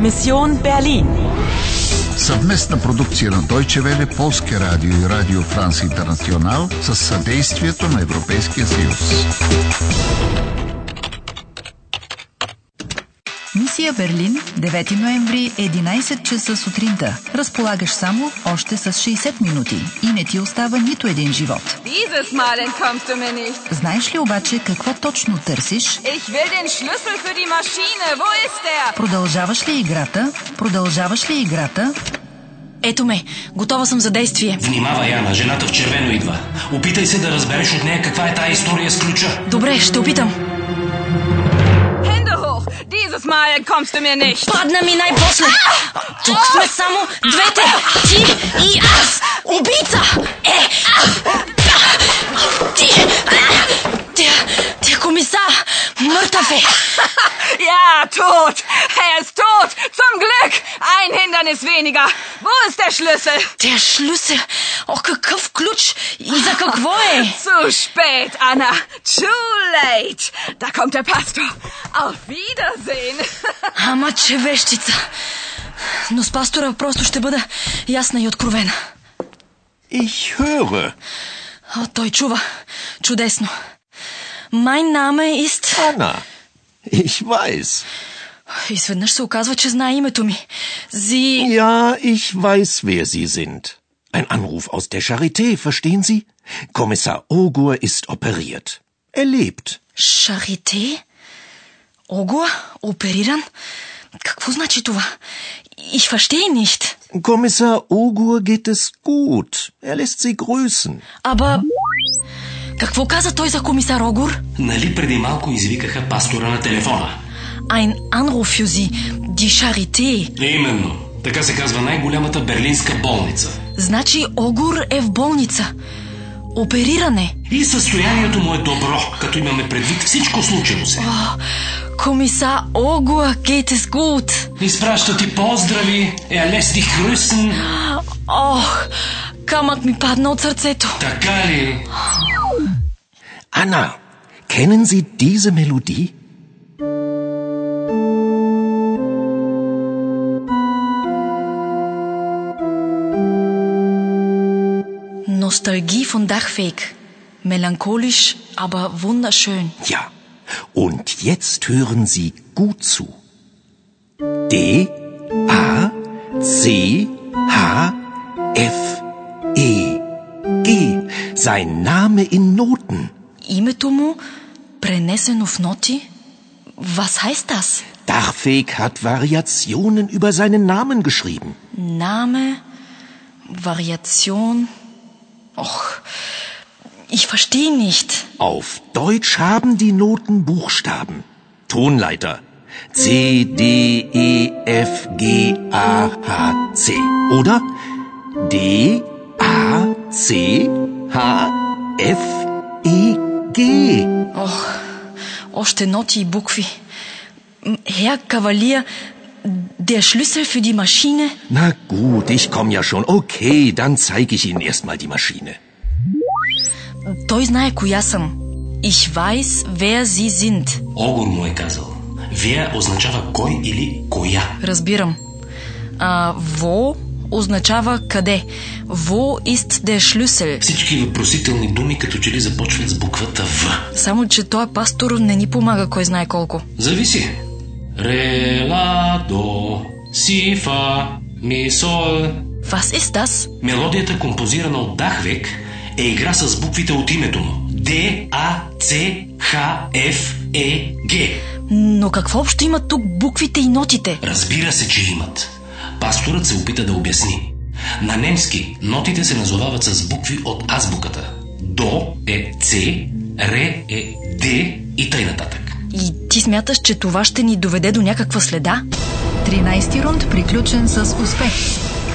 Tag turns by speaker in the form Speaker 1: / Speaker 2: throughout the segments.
Speaker 1: Mission Berlin.
Speaker 2: Съвместна продукция на Deutsche Welle, Полския радио и Радио Франс Интернационал с съдействието на Европейския съюз.
Speaker 3: Мисия Берлин, 9 ноември, 11 часа сутринта. Разполагаш само още с 60 минути и не ти остава нито един живот.
Speaker 4: Dieses Mal entkommst du mir nicht.
Speaker 3: Знаеш ли обаче какво точно търсиш?
Speaker 4: Ich will den Schlüssel für die Maschine. Wo ist der?
Speaker 3: Продължаваш ли играта? Продължаваш ли играта?
Speaker 5: Ето ме, готова съм за действие.
Speaker 6: Внимава, Яна, жената в червено идва. Опитай се да разбереш от нея каква е тази история с ключа.
Speaker 5: Добре, ще опитам.
Speaker 4: Hände hoch. Dieses Mal entkommst du mir nicht.
Speaker 5: Падна ми най-после. Тук сме само двете. Ти и аз. Убийца. Е. Ти. Тя. Тя комисар. Мъртъв е.
Speaker 4: Ja, tot. Er ist tot. Zum Glück. Ein Hindernis weniger. Wo ist der Schlüssel?
Speaker 5: Тя е шлюсе. О, какъв ключ. И за какво е?
Speaker 4: Zu spät, Anna. Too late. Da kommt der Pastor. Auf Wiedersehen.
Speaker 5: Ама че вещица. Но с пастора просто ще бъда ясна и откровена.
Speaker 7: Ich höre.
Speaker 5: О, той чува. Чудесно. Mein Name ist...
Speaker 7: Anna. Ich weiß.
Speaker 5: Изведнъж се оказва, че знае името ми. Зи...
Speaker 7: Ja, ich weiß, wer Sie sind. Ein Anruf aus der Charité, verstehen Sie? Kommissar Ogur ist operiert. Er lebt.
Speaker 5: Шарите? Ого, опериран? Какво значи това? е Ich verstehe nicht.
Speaker 7: Kommissar Ogur geht es gut. Er lässt Sie grüßen.
Speaker 5: Аба... Какво каза той за комисар Огур?
Speaker 6: Нали преди малко извикаха пастора на телефона?
Speaker 5: Ein Anruf für Sie, die Charité.
Speaker 6: Именно. Така се казва най-голямата берлинска болница.
Speaker 5: Значи Огур е в болница. Опериране.
Speaker 6: И състоянието му е добро, като имаме предвид всичко случило се.
Speaker 5: Комисар Огур geht es gut.
Speaker 6: Изпраща ти поздрави, е лести хрюсен.
Speaker 5: Ох, камък ми падна от сърцето.
Speaker 6: Така ли?
Speaker 7: Anna, kennen Sie diese Melodie?
Speaker 5: Nostalgie von Dachweg. Melancholisch, aber wunderschön.
Speaker 7: Ja. Und jetzt hören Sie gut zu. D A C H F E G. Sein Name in Noten.
Speaker 5: Името му пренесено в ноти. Was heißt das?
Speaker 7: Dachfeg hat Variationen über seinen Namen geschrieben.
Speaker 5: Name, Variation. Och, ich verstehe nicht.
Speaker 7: Auf Deutsch haben die Noten Buchstaben. Tonleiter. C, D, E, F, G, A, H, C. Oder? D, A, C, H, F, E, G.
Speaker 5: Ох, още ноти и букви. М, Herr Kavalier, der Schlüssel für die Maschine?
Speaker 7: Na gut, ich komm ja schon. Okay, dann zeige ich Ihnen erstmal die Maschine.
Speaker 5: Той знае коя съм. Ich weiß, wer Sie sind.
Speaker 6: Огур му е казал. Вие означава кой или коя.
Speaker 5: Разбирам. А, wo означава къде. Wo ist der Schlüssel?
Speaker 6: Всички въпросителни думи като че ли започват с буквата В.
Speaker 5: Само, че той е пастор не ни помага кой знае колко.
Speaker 6: Зависи. Реладо, сифа, мисол.
Speaker 5: Was ist das?
Speaker 6: Мелодията, композирана от Дахвек, е игра с буквите от името му. Д, А, С, Х, Ф, Е, Г.
Speaker 5: Но какво общо имат тук буквите и нотите?
Speaker 6: Разбира се, че имат. Пасторът се опита да обясни. На немски нотите се назовават с букви от азбуката. До е С, Ре е Д и тъй нататък.
Speaker 5: И ти смяташ, че това ще ни доведе до някаква следа?
Speaker 3: 13 рунд приключен с успех.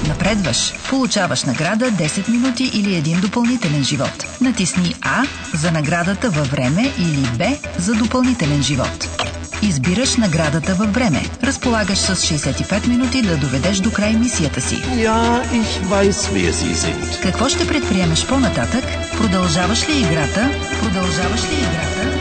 Speaker 3: Напредваш. Получаваш награда 10 минути или един допълнителен живот. Натисни А за наградата във време или Б за допълнителен живот. Избираш наградата във време. Разполагаш с 65 минути да доведеш до край мисията си.
Speaker 7: Ja, ich weiß, wer Sie sind.
Speaker 3: Какво ще предприемеш по-нататък? Продължаваш ли играта? Продължаваш ли играта?